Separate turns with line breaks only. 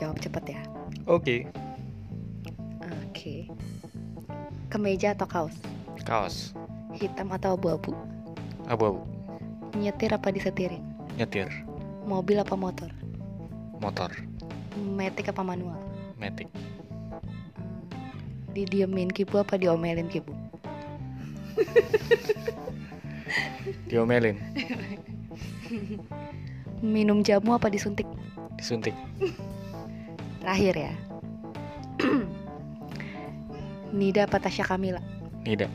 jawab cepet ya.
Oke,
Oke. Kemeja atau kaos?
kaos
Hitam atau abu-abu?
abu-abu,
Nyetir apa disetirin?
nyetir,
Mobil apa motor?
motor,
Metik apa manual?
metik,
Didiemin kibu apa diomelin kibu?
diomelin,
Minum jamu apa disuntik?
disuntik,
Terakhir ya. Nida apa Tasya Kamila?
nida.